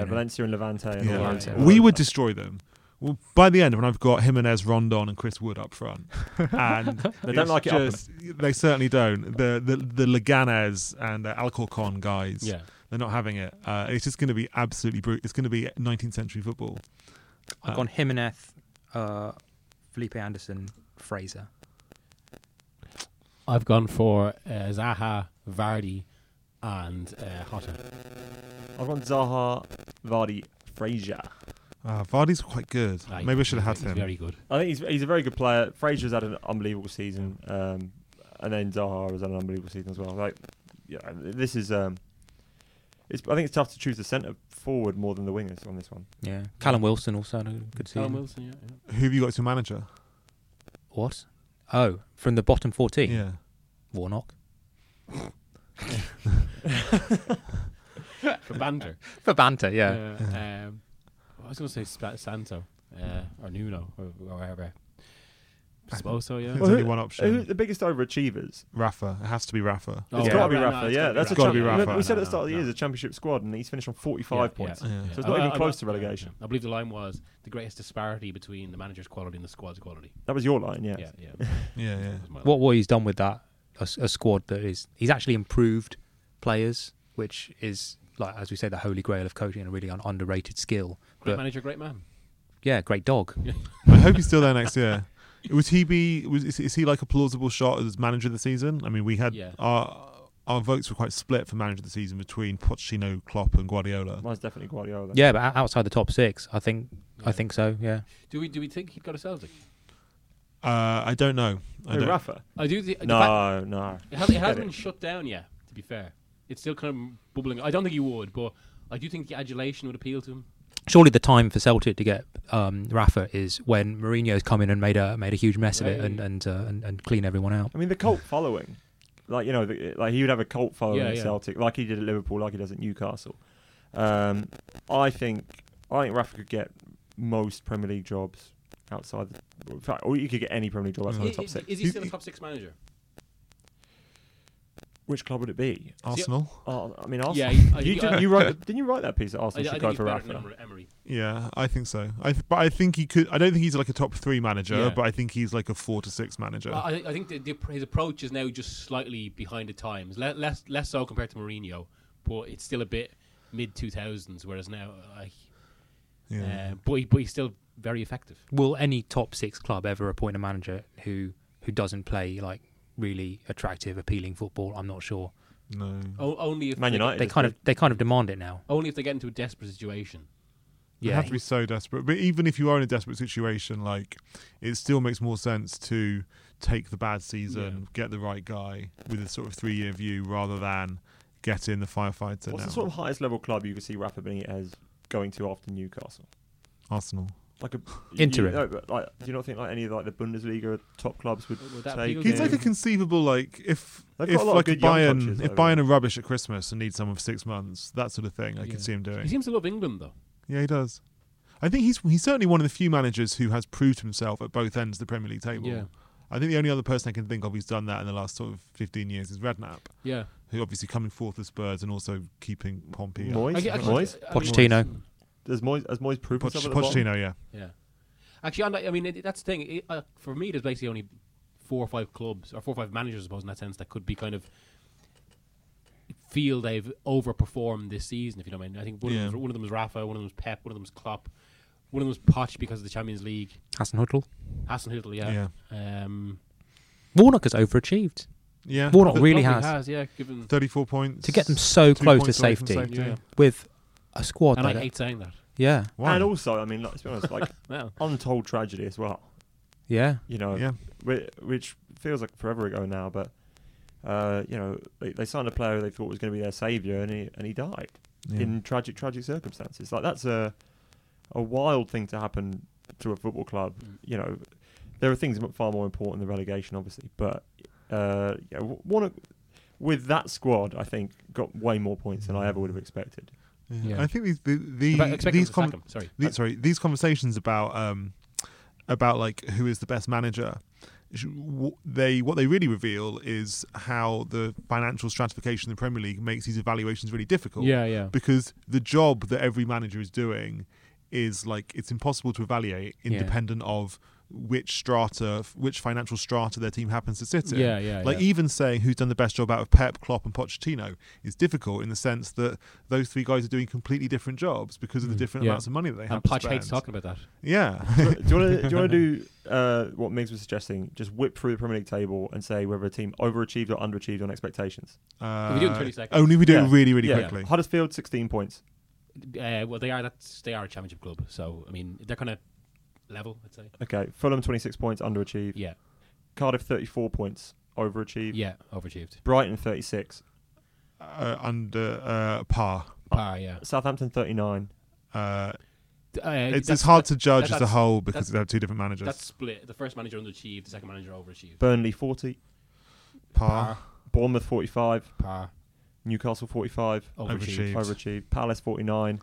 you know.
Valencia and Levante. And
Yeah.
all
Levante.
that.
We would destroy them. Well, by the end, when I've got Jimenez, Rondon, and Chris Wood up front, and
They don't
it's
like it up
just- they certainly don't. The the the Leganes and uh, Alcorcon guys,
Yeah.
they're not having it. Uh, it's just going to be absolutely brutal. It's going to be 19th century football.
I've
Uh,
gone Jimenez, uh, Felipe Anderson, Fraser.
I've gone for uh, Zaha, Vardy, and uh, Hotter.
I've gone Zaha, Vardy, Frazier.
Ah, Vardy's quite good.
Ah,
Maybe I
he's-
should have
he's
had him.
Very good.
I think he's he's a very good player. Frazier's had an unbelievable season, um, and then Zaha has had an unbelievable season as well. Like, yeah, this is. Um, it's, I think it's tough to choose the centre forward more than the wingers on this one.
Yeah, Callum Wilson also had a good season.
Callum Wilson, yeah, yeah.
Who have you got to manager?
What? Oh, from the bottom fourteen.
Yeah.
Warnock.
For Bander.
For banter, yeah.
Uh, um, I was going to say Spa- Santo uh, or Nuno or, or wherever. Sposo, yeah.
There's
Well,
only
who-
one
Who's
option.
the biggest overachievers?
Rafa. It has to be Rafa.
Oh,
It's
yeah.
got to be
No,
Rafa.
it's
yeah,
gotta be
that's
Rafa.
a
gotta be
champ-
Rafa.
We said at
No,
the start of the
no,
year,
no.
it's a championship squad, and he's finished on
Yeah,
45 points.
yeah,
Yeah.
yeah.
So
it's not
I-
even
I-
close to
yeah, yeah.
relegation.
I believe the line was the greatest disparity between the manager's quality and the squad's quality.
That was your line, yeah.
Yeah, yeah. That
Yeah, yeah.
was my
What what he's done with that a, s- a squad that is he's actually improved players, which is like as we say the holy grail of coaching and a really un- underrated skill.
Great
But
manager, great man.
yeah, great dog.
I hope he's still there next year. Would he be? Was, is, is he like a plausible shot as manager of the season? I mean, we had
Yeah.
our our votes were quite split for manager of the season between Pochettino, Klopp, and Guardiola.
Mine's definitely Guardiola.
Yeah, but o- outside the top six, I think
Yeah.
I think so. Yeah,
Do we do we think he got a Celtic?
Uh, I don't know. I
Who,
don't-
Rafa?
I do. thi- the fact-
No, no.
it, has, it
Get
hasn't
it.
been shut down yet. To be fair, it's still kind of bubbling. I don't think he would, but I do think the adulation would appeal to him.
surely the time for Celtic to get um, Rafa is when Mourinho's come in and made a made a huge mess of it and
Right.
and, uh, and and clean everyone out.
I mean, the cult following. Like, you know, the, like he would have a cult following
Yeah,
at
yeah.
Celtic, like he did at Liverpool, like he does at Newcastle. Um, I think I think Rafa could get most Premier League jobs outside the. In
Mm-hmm.
fact, or you could get any Premier League job outside
I-
the top
is,
six.
is he still a top six manager?
which club would it be?
Arsenal.
Oh, I mean, Arsenal.
Yeah, I-
you,
I-
did, you wrote. Didn't you write that piece? That
uh, I, I
Arsenal should
think
go
he's
for
better than
Rafa.
Emer- Emery.
Yeah, I think so. I th- but I think he could. I don't think he's like a top three manager,
Yeah.
but I think he's like a four to six manager.
Well, I, I think the, the, his approach is now just slightly behind the times, Le- less less so compared to Mourinho, but it's still a bit mid two thousands. Whereas now, I,
yeah.
uh, but, he, but he's still very effective.
Will any top six club ever appoint a manager who who doesn't play like really attractive, appealing football? I'm not sure.
no.
O- only if
Man
they-
United.
They kind of they kind of demand it now.
only if they get into a desperate situation.
You
Yeah,
have to be so desperate. But even if you are in a desperate situation, like it still makes more sense to take the bad season, get the right guy with a sort of three year view rather than get in the firefighter
What's
now.
the sort of highest level club you could see Rafa being as going to after Newcastle?
Arsenal.
Like a
Interim.
You, no, but like, do you not think like any of like the Bundesliga top clubs would,
Would- would that
take?
appeal to
He's like a
him?
conceivable like if
They've got
if
a lot of
like
good young
Bayern
coaches,
if
though,
Bayern
really.
are rubbish at Christmas and need someone for six months, that sort of thing. I
Yeah.
could see him doing.
He seems to love England though.
Yeah, he does. I think he's he's certainly one of the few managers who has proved himself at both ends of the Premier League table.
Yeah.
I think the only other person I can think of who's done that in the last sort of 15 years is Redknapp,
Yeah,
who obviously coming fourth as Spurs and also keeping Pompey. up.
Moyes,
I- I-
Moyes,
I mean-
Pochettino.
does Moyes, has Moyes proved
Poch-
himself at the bottom?
Pochettino, yeah.
Yeah, actually, I'm not- I mean it, that's the thing. It, uh, for me, there's basically only four or five clubs or four or five managers, I suppose, in that sense, that could be kind of feel they've overperformed this season. If you know what I mean, I think one,
Yeah.
of, them, one of them is Rafa, one of them is Pep, one of them is Klopp, one of them is Poch because of the Champions League.
Hassan Huddle.
Hasenhüttl,
Yeah.
yeah. Um,
Warnock has overachieved.
Yeah.
Warnock
Probably
really has.
yeah. Given
34 points.
to get them so
two
close to
points away from
safety,
safety, yeah.
with a squad
and I
that
hate saying that.
yeah
Why?
And also, I mean, like, let's be honest, like
Well,
untold tragedy as well.
yeah
You know,
yeah.
which, which feels like forever ago now, but uh, you know, they, they signed a player who they thought was going to be their savior, and he and he died
yeah.
in tragic, tragic circumstances. Like that's a a wild thing to happen to a football club.
Mm.
You know, there are things mu- far more important than relegation, obviously, but uh, yeah, w- one of, with that squad, I think got way more points than I ever would have expected.
Yeah.
Yeah.
I think these the,
Expect-
the,
expect them
these
to
com-
sack him, Sorry.
the, sorry, these conversations about um, about like who is the best manager, sh- wh- they what they really reveal is how the financial stratification in the Premier League makes these evaluations really difficult.
yeah.
because the job that every manager is doing is like it's impossible to evaluate
Yeah.
independent of which strata, which financial strata their team happens to sit in.
Yeah, yeah,
Like
yeah.
even saying who's done the best job out of Pep, Klopp, and Pochettino is difficult in the sense that those three guys are doing completely different jobs because of the different
Mm, yeah.
amounts of money that they have.
And
to
Poch
spend.
hates talking about that.
Yeah, Uh,
do you want to do, you wanna do uh, what Migs was suggesting? Just whip through the Premier League table and say whether a team overachieved or underachieved on expectations.
uh,
we do it in 30 seconds.
Only if we do it
Yeah.
really, really
Yeah.
quickly.
Huddersfield, 16 points.
Uh, well, they are that's they are a championship club, so I mean they're kind of level, I'd say.
Okay. Fulham, 26 points, underachieved.
Yeah,
Cardiff, 34 points, overachieved.
yeah, overachieved.
Brighton, 36.
Uh, under uh, par,
Par, yeah.
Southampton, 39.
uh,
Uh,
it's,
that's-
it's hard
that-
to judge
that-
as a
that's-
whole because
that's-
they have two different managers.
That's split. The first manager underachieved, the second manager overachieved.
Burnley, 40.
par,
Bournemouth, 45.
par,
Newcastle, 45.
overachieved.
Overachieved.
Overachieved. Palace, 49.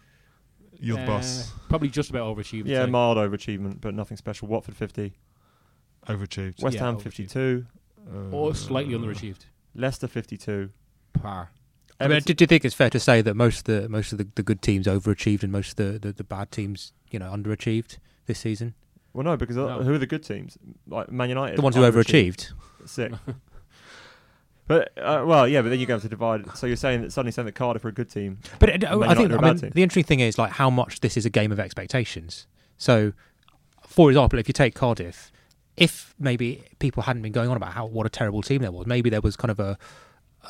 you're the
Uh,
boss.
Probably just about overachieved. I'd
Yeah,
say.
mild overachievement, but nothing special. Watford, 50.
Overachieved. Uh,
West
Yeah,
Ham,
overachieved.
52.
or slightly underachieved.
Leicester, 52.
Par.
I mean,
Everton-
do, do you think it's fair to say that most of the most of the, the good teams overachieved and most of the, the, the bad teams you know underachieved this season
well, no, because uh
No.
who are the good teams? Like Man United.
the ones who overachieved
Sick. But uh, well, yeah, but then you go to divide. So you're saying that suddenly saying that Cardiff are a good team.
but it,
Man
I think
United are
I
a bad
mean,
team.
the interesting thing is like how much this is a game of expectations so for example if you take Cardiff if maybe people hadn't been going on about how what a terrible team there was maybe there was kind of a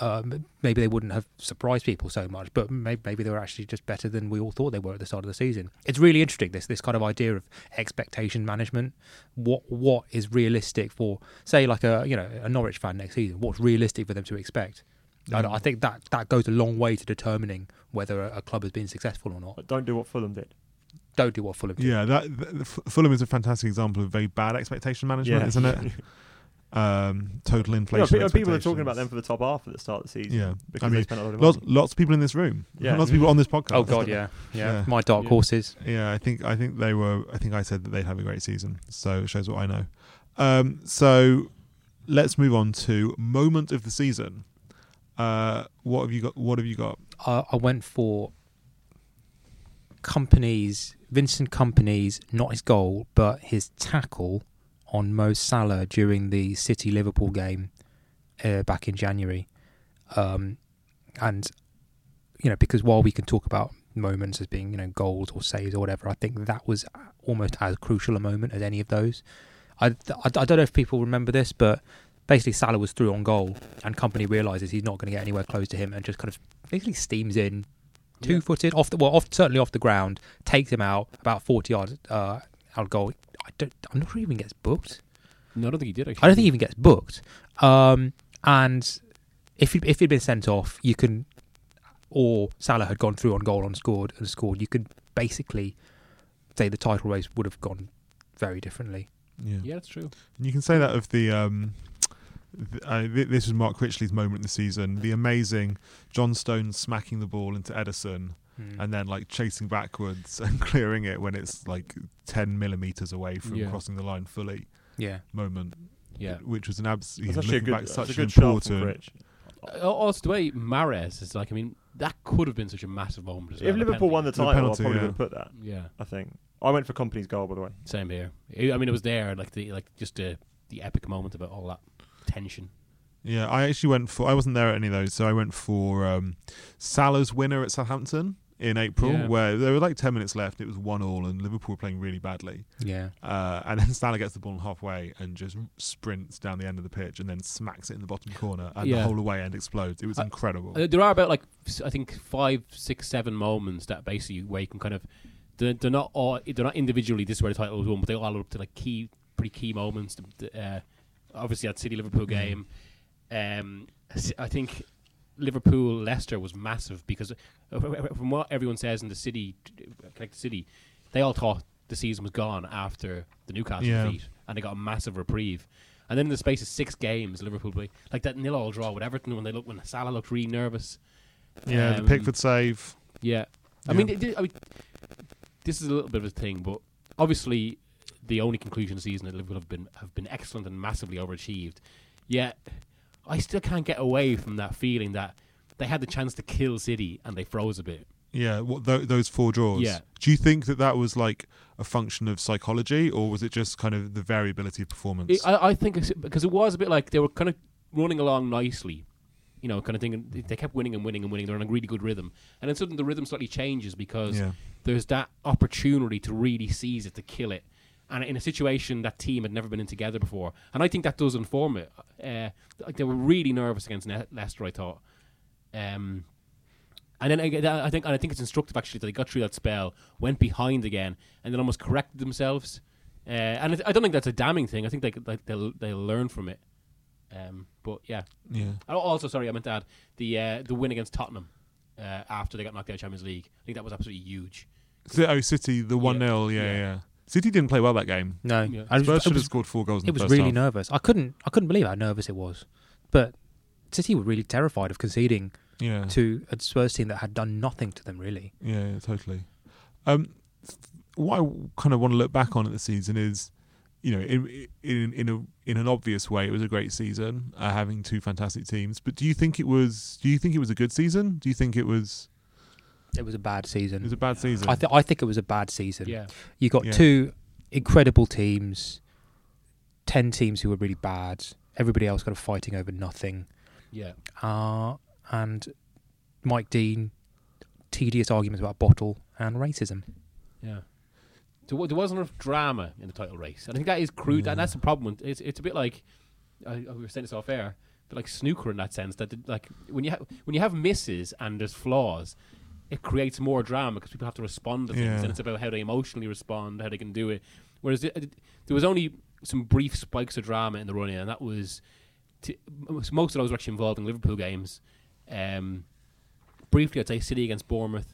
um, maybe they wouldn't have surprised people so much, but maybe, maybe they were actually just better than we all thought they were at the start of the season. It's really interesting this this kind of idea of expectation management. What what is realistic for say like a you know a Norwich fan next season? What's realistic for them to expect? I, don't- I think that that goes a long way to determining whether a, a club has been successful or not.
But Don't do what Fulham did.
Don't do what Fulham did.
Yeah, that th- th- F- Fulham is a fantastic example of very bad expectation management,
Yeah.
isn't it? um, total
You know,
inflation.
pe- people are talking about them
expectations.
for the top half at the start of the season.
Yeah,
because
I
they
mean,
spent a lot of
lots,
money.
lots of people in this room.
Yeah.
lots of people on this podcast.
Oh God, yeah, yeah.
Yeah.
My dark
Yeah.
horses.
yeah. I think I think they were. I think I said that they'd have a great season, so it shows what I know. Um, so let's move on to moment of the season. Uh, what have you got? What have you got?
I, I went for companies, Vincent Companies, not his goal, but his tackle on Mo Salah during the City Liverpool game uh, back in January. Um, and, you know, because while we can talk about moments as being, you know, goals or saves or whatever, I think that was almost as crucial a moment as any of those. I, I, I don't know if people remember this, but basically Salah was through on goal and company realizes he's not going to get anywhere close to him and just kind of basically steams in two footed off the well off certainly off the ground takes him out about 40 yards uh, out goal I don't I'm not sure he even gets booked
No, I don't think he did. Actually.
I don't think he even gets booked um, and if he'd, if he'd been sent off you can or Salah had gone through on goal and scored and scored you could basically say the title race would have gone very differently
Yeah.
Yeah, that's true.
And you can say that of the. Um, th- uh, th- this was Mark Critchley's moment in the season. The amazing John Stone smacking the ball into Edison
Mm.
and then like chasing backwards and clearing it when it's like 10 millimeters away from
Yeah.
crossing the line fully
yeah
moment.
Yeah.
Which was an absolute.
That's actually a good, that's
such
a
an
good shot from
important.
Rich.
Uh, Also, the way Mares is like, I mean, that could have been such a massive moment. As well,
If
a
Liverpool won the
The
title,
penalty,
I probably
yeah.
would have put that.
penalty. yeah,
I think I went for company's goal, by the way.
same here. I I mean, it was there, like the like just the the epic moment about all that tension.
Yeah, I actually went for. I wasn't there at any of those, so I went for um, Salah's winner at Southampton in April,
Yeah.
where there were like 10 minutes left. It was 1 all, and Liverpool were playing really badly.
yeah
Uh, and then Salah gets the ball halfway and just sprints down the end of the pitch and then smacks it in the bottom corner and the
Yeah.
whole away end explodes. It was
Uh,
incredible.
Uh, there are about like s- I think five, six, seven moments that basically where you can kind of they're, they're not all they're not individually this is where the title was won, but they all add up to like key, pretty key moments. The- the, uh, obviously, that City Liverpool game. Um, s- I think Liverpool Leicester was massive because uh, from what everyone says in the city, connected city, they all thought the season was gone after the Newcastle
Yeah.
defeat, and they got a massive reprieve. And then in the space of six games, Liverpool play like that nil all draw with Everton when they look when Salah looked really nervous.
yeah, the
um,
Pickford save.
Yeah, I
Yeah.
mean, it did- I mean, this is a little bit of a thing, but obviously, the only conclusion of the season that Liverpool have been have been excellent and massively overachieved. Yet, I still can't get away from that feeling that they had the chance to kill City and they froze a bit.
Yeah, what th- those four draws.
Yeah.
Do you think that that was like a function of psychology, or was it just kind of the variability of performance?
It, I, I think it's, because it was a bit like they were kind of running along nicely, you know, kind of thinking they- they kept winning and winning and winning. They're on a really good rhythm, and then suddenly the rhythm slightly changes because
Yeah.
there's that opportunity to really seize it, to kill it, and in a situation that team had never been in together before. And I think that does inform it. Uh, like they were really nervous against Ne- Leicester, I thought. Um, and then I, get- I think and I think it's instructive actually that they got through that spell, went behind again, and then almost corrected themselves. Uh, and I, th- I don't think that's a damning thing. I think they could- like they'll they'll learn from it. Um, but yeah.
yeah.
Oh, Also, sorry, I meant to add the uh, the win against Tottenham uh, after they got knocked out of Champions League. I think that was absolutely huge.
C- oh, City, the 1 0. Yeah, yeah,
yeah.
City didn't play well that game.
no
Yeah.
And it was-
Spurs
it
should have
was-
scored four goals in
it
the
was
first
really
half.
nervous. I couldn't I couldn't believe how nervous it was. But City were really terrified of conceding
yeah.
to a Spurs team that had done nothing to them really.
Yeah, yeah, totally. Um, what I kind of want to look back on at the season is, you know, in in in a in an obvious way, it was a great season, uh, having two fantastic teams. But do you think it was? Do you think it was a good season? Do you think it was?
It was a bad
It
season.
was a bad season.
I th- I think it was a bad season.
Yeah,
You got
Yeah.
two incredible teams, ten teams who were really bad. Everybody else kind of fighting over nothing.
yeah,
Uh, and Mike Dean, tedious arguments about bottle and racism.
yeah. There, wa- there wasn't enough drama in the title race, and I think that is crude. And that's the problem. It's it's a bit like I, I- we were saying this off air, but like snooker in that sense. That the- like when you ha- when you have misses and there's flaws, it creates more drama because people have to respond to things,
Yeah.
and it's about how they emotionally respond, how they can do it. Whereas th- th- there was only some brief spikes of drama in the run in, and that was t- most most of those were actually involving Liverpool games. Um, briefly, I'd say City against Bournemouth,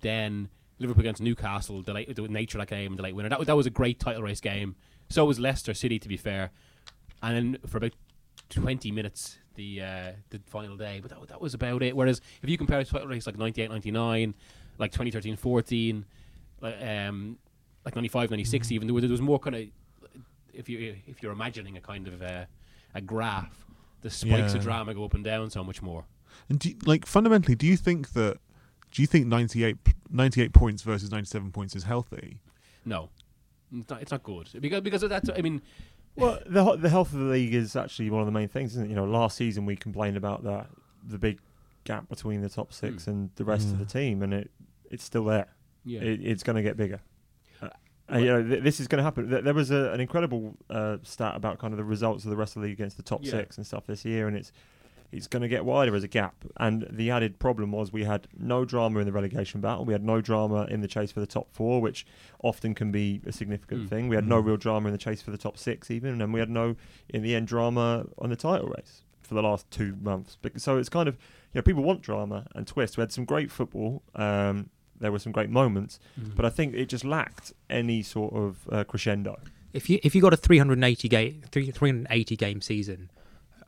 then Liverpool against Newcastle, the, late, the nature of that game, the late winner. That, wa- that was a great title race game. So was Leicester City, to be fair. And then for about 20 minutes, the uh, the final day. But that, wa- that was about it. Whereas if you compare a title race like 98 99, like 2013 14, like, um, like 95 96, even, there was, there was more kind of, if, you, if you're imagining a kind of uh, a graph, the spikes
Yeah.
of drama go up and down so much more.
And do you, like fundamentally, do you think that do you think 98, 98 points versus ninety seven points is healthy?
No, it's not, it's not good because because that's I mean
Well, the he- the health of the league is actually one of the main things, isn't it? You know, last season we complained about that the big gap between the top six
Hmm.
and the rest of
Yeah.
the team, and it it's still there.
yeah.
It, it's going to get bigger. Uh, uh, you know, th- this is going to happen. Th- there was a, an incredible uh, stat about kind of the results of the rest of the league against the top
Yeah.
six and stuff this year, and it's it's going to get wider as a gap. And the added problem was we had no drama in the relegation battle. We had no drama in the chase for the top four, which often can be a significant
Mm.
thing. We had no
Mm.
real drama in the chase for the top six, even, and we had no in the end drama on the title race for the last two months. Bec- So it's kind of you know people want drama and twists. We had some great football. Um, there were some great moments, but I think it just lacked any sort of uh, crescendo.
if you if you got a 380 game 380 game season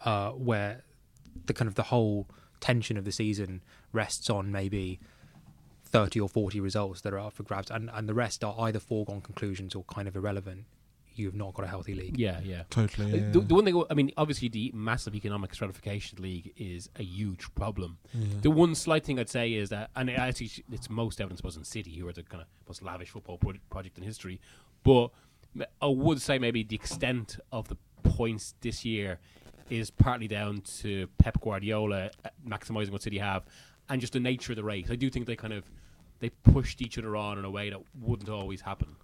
uh, where the kind of the whole tension of the season rests on maybe 30 or 40 results that are up for grabs and, and the rest are either foregone conclusions or kind of irrelevant you've not got a healthy league
yeah, yeah.
Totally.
Uh, The, the one thing I mean, obviously, the massive economic stratification of the league is a huge problem. The one slight thing I'd say is that, and it actually, sh- it's most evident, I suppose, in City, who are the kind of most lavish football pro- project in history. But m- I would say maybe the extent of the points this year is partly down to Pep Guardiola uh, maximizing what City have, and just the nature of the race. I do think they kind of they pushed each other on in a way that wouldn't always happen.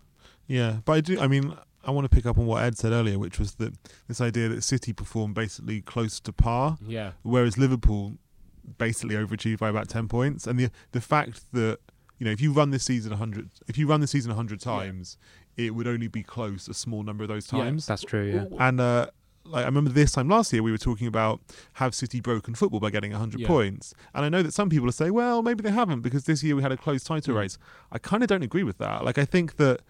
Yeah, but I do. I mean, I want to pick up on what Ed said earlier, which was that this idea that City performed basically close to par,
Yeah,
whereas Liverpool basically overachieved by about ten points. And the the fact that you know if you run this season hundred, if you run this season hundred times, it would only be close a small number of those
Yeah.
times.
that's true yeah
And uh, like I remember this time last year, we were talking about have City broken football by getting 100
Yeah.
points. And I know that some people will say, well, maybe they haven't because this year we had a close
Mm.
title race. I kind of don't agree with that. Like I think that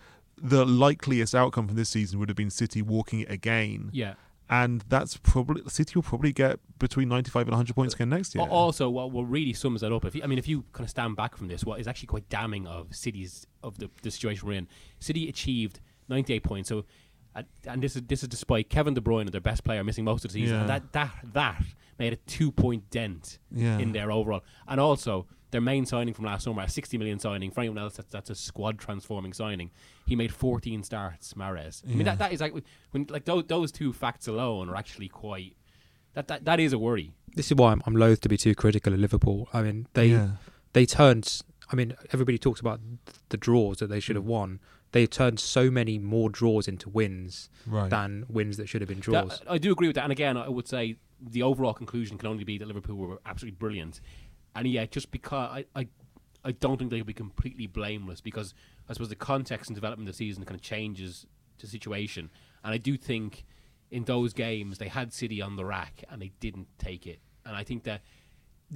the likeliest outcome from this season would have been City walking it again.
yeah.
And that's probably City will probably get between 95 and 100
Uh,
points again next year.
Al- Also, what, what really sums that up, if you, I mean, if you kind of stand back from this, what is actually quite damning of City's of the, the situation we're in. City achieved 98 points, so uh, and this is this is despite Kevin De Bruyne, their best player, missing most of the season.
Yeah.
And that that that made a two point dent
Yeah.
in their overall, and also. Their main signing from last summer, a 60 million signing. For anyone else, that's, that's a squad transforming signing. He made 14 starts, Mares. I mean, that, that is like when like those, those two facts alone are actually quite. That that, that is a worry.
this is why I'm, I'm loath to be too critical of Liverpool. I mean, they
Yeah.
they turned. I mean, everybody talks about the draws that they should have won. They turned so many more draws into wins
Right.
than wins that should have been
That-
draws.
I do agree with that. And again, I would say the overall conclusion can only be that Liverpool were absolutely brilliant. And yeah, just because I, I, I don't think they could be completely blameless because I suppose the context and development of the season kind of changes the situation. And I do think in those games they had City on the rack and they didn't take it. And I think that.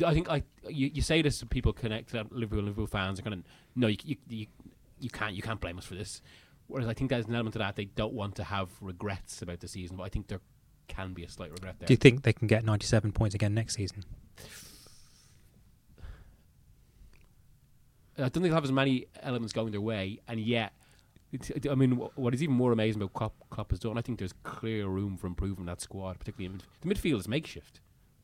I think I you, you say this to people connect to Liverpool Liverpool fans are going to no you, you you you can't you can't blame us for this. Whereas I think there's an element to that they don't want to have regrets about the season, but I think there can be a slight regret there.
Do you think they can get 97 points again next season?
I don't think they'll have as many elements going their way, and yet, it's, I mean, wh- what is even more amazing about Klopp, Klopp has done, I think there's clear room for improving that squad, particularly in midf- the midfield is makeshift.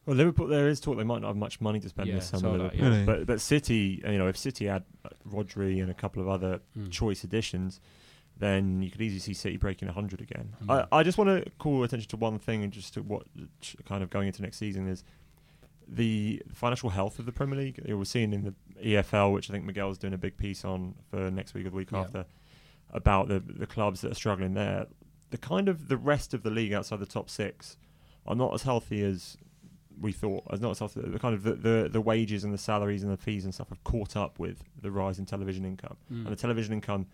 Well, Liverpool, there is talk they might not have much money to spend
Yeah,
this summer.
saw that,
Liverpool.
yeah.
Really?
But but City, you know, if City had uh, Rodri and a couple of other
Hmm.
Mm.
choice additions, then you could easily see City breaking 100 again.
Mm.
I, I just want to call attention to one thing and just to what ch- kind of going into next season is the financial health of the Premier League. You know, We're seeing in the EFL, which I think Miguel's doing a big piece on for next week or the week
Yeah.
after, about the, the clubs that are struggling there. The kind of the rest of the league outside the top six are not as healthy as we thought. As not as healthy, the kind of the, the, the wages and the salaries and the fees and stuff have caught up with the rise in television income
Mm.
and the television income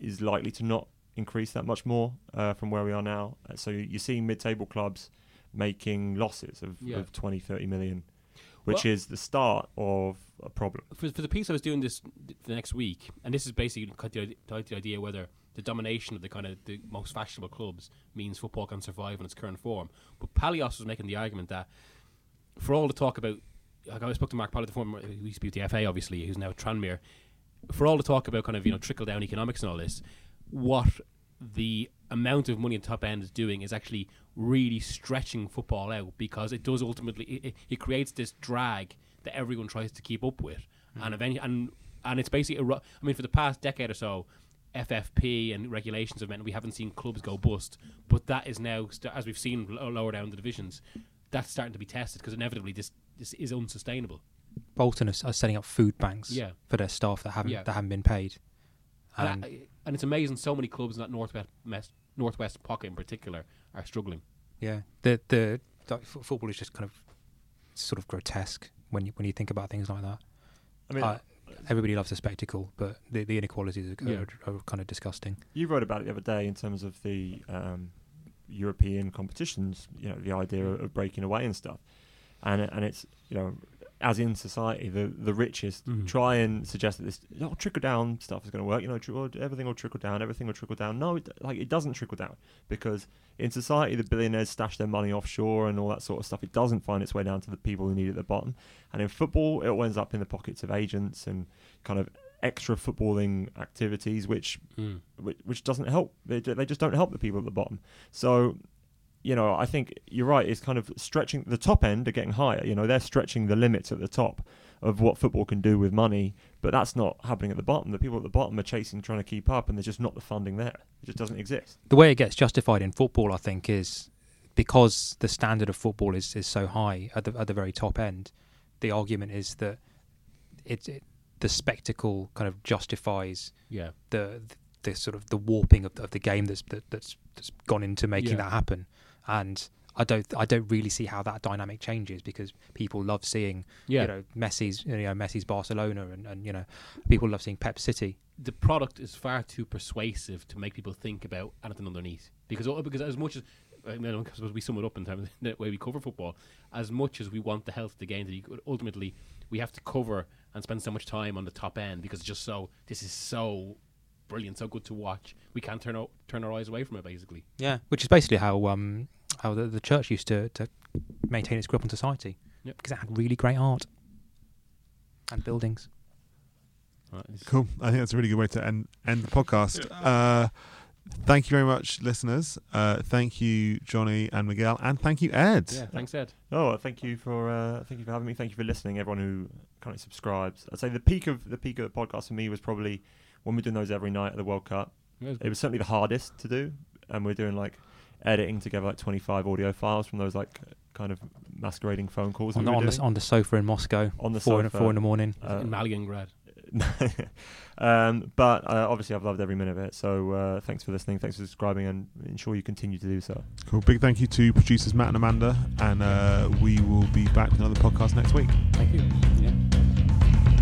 is likely to not increase that much more uh, from where we are now. Uh, So you're seeing mid-table clubs making losses of,
Yeah.
of 20, 30 million, which
Well-
is the start of a problem.
for, for the piece I was doing this the next week, and this is basically cut the, id- cut the idea whether the domination of the kind of the most fashionable clubs means football can survive in its current form. But Palios was making the argument that for all the talk about, like I spoke to Mark Pally, the former who used to be with the FA, obviously, who's now at Tranmere. For all the talk about kind of you know trickle down economics and all this, what the amount of money the top end is doing is actually really stretching football out because it does ultimately it, it, it creates this drag that everyone tries to keep up with, and eventually and and it's basically a ru- I mean for the past decade or so. FFP and regulations have meant we haven't seen clubs go bust, but that is now, st- as we've seen lo- lower down the divisions, that's starting to be tested because inevitably this this is unsustainable.
Bolton are, s- are setting up food banks
Yeah.
for their staff that haven't
Yeah.
that haven't been paid. Um, And
And, I- and, it's amazing so many clubs in that northwest mes- northwest pocket in particular are struggling.
yeah, the the like, f- football is just kind of sort of grotesque when you when you think about things like that.
I mean,
Uh, everybody loves a spectacle, but the, the inequalities are,
Yeah.
are, are kind of disgusting.
You wrote about it the other day in terms of the um, European competitions. You know, the idea of, of breaking away and stuff, and it- and it's you know, as in society, the the richest
Mhm.
try and suggest that this oh, trickle down stuff is going to work. You know, tr- everything will trickle down, everything will trickle down. No, it, like it doesn't trickle down because in society the billionaires stash their money offshore and all that sort of stuff. It doesn't find its way down to the people who need it at the bottom. And in football, it all ends up in the pockets of agents and kind of extra footballing activities, which which, which doesn't help. They, ju- they just don't help the people at the bottom. So, you know, I think you're right. It's kind of stretching the top end are getting higher. You know, they're stretching the limits at the top of what football can do with money, but that's not happening at the bottom. The people at the bottom are chasing, trying to keep up, and there's just not the funding there. It just doesn't exist.
the way it gets justified in football, I think, is because the standard of football is, is so high at the at the very top end. The argument is that it, it the spectacle kind of justifies
Yeah,
the the, sort of the warping of, of the game that's that, that's that's gone into making
Yeah.
that happen. And I don't I don't really see how that dynamic changes because people love seeing
Yeah.
you know Messi's you know Messi's Barcelona and, and you know people love seeing Pep City.
the product is far too persuasive to make people think about anything underneath because all- because as much as I mean, I suppose we sum it up in terms of the way we cover football. As much as we want the health of the game, to be good, ultimately we have to cover and spend so much time on the top end because it's just so this is so brilliant, so good to watch. We can't turn our, turn our eyes away from it basically.
Yeah, which is basically how um how the, the church used to, to maintain its grip on society
Yep.
because it had really great art and buildings.
Cool. I think that's a really good way to end end the podcast. Uh, thank you very much, listeners. Uh, thank you, Johnny and Miguel, and thank you, Ed.
Yeah, thanks, Ed.
Oh, well, thank you for uh, thank you for having me. Thank you for listening, everyone who currently subscribes. I'd say the peak of the peak of the podcast for me was probably when we're doing those every night at the World Cup. It was certainly the hardest to do, and we're doing like editing together like 25 audio files from those like kind of masquerading phone calls.
On,
we
the-
were
on, the,
doing.
on the sofa in Moscow,
On the
four,
sofa.
In, four in the morning.
Uh,
in Maliningrad.
um, but uh, obviously, I've loved every minute of it. So uh, thanks for listening, thanks for subscribing, and ensure you continue to do so.
Cool. Big thank you to producers Matt and Amanda, and uh, we will be back with another podcast next week.
Thank you. Yeah.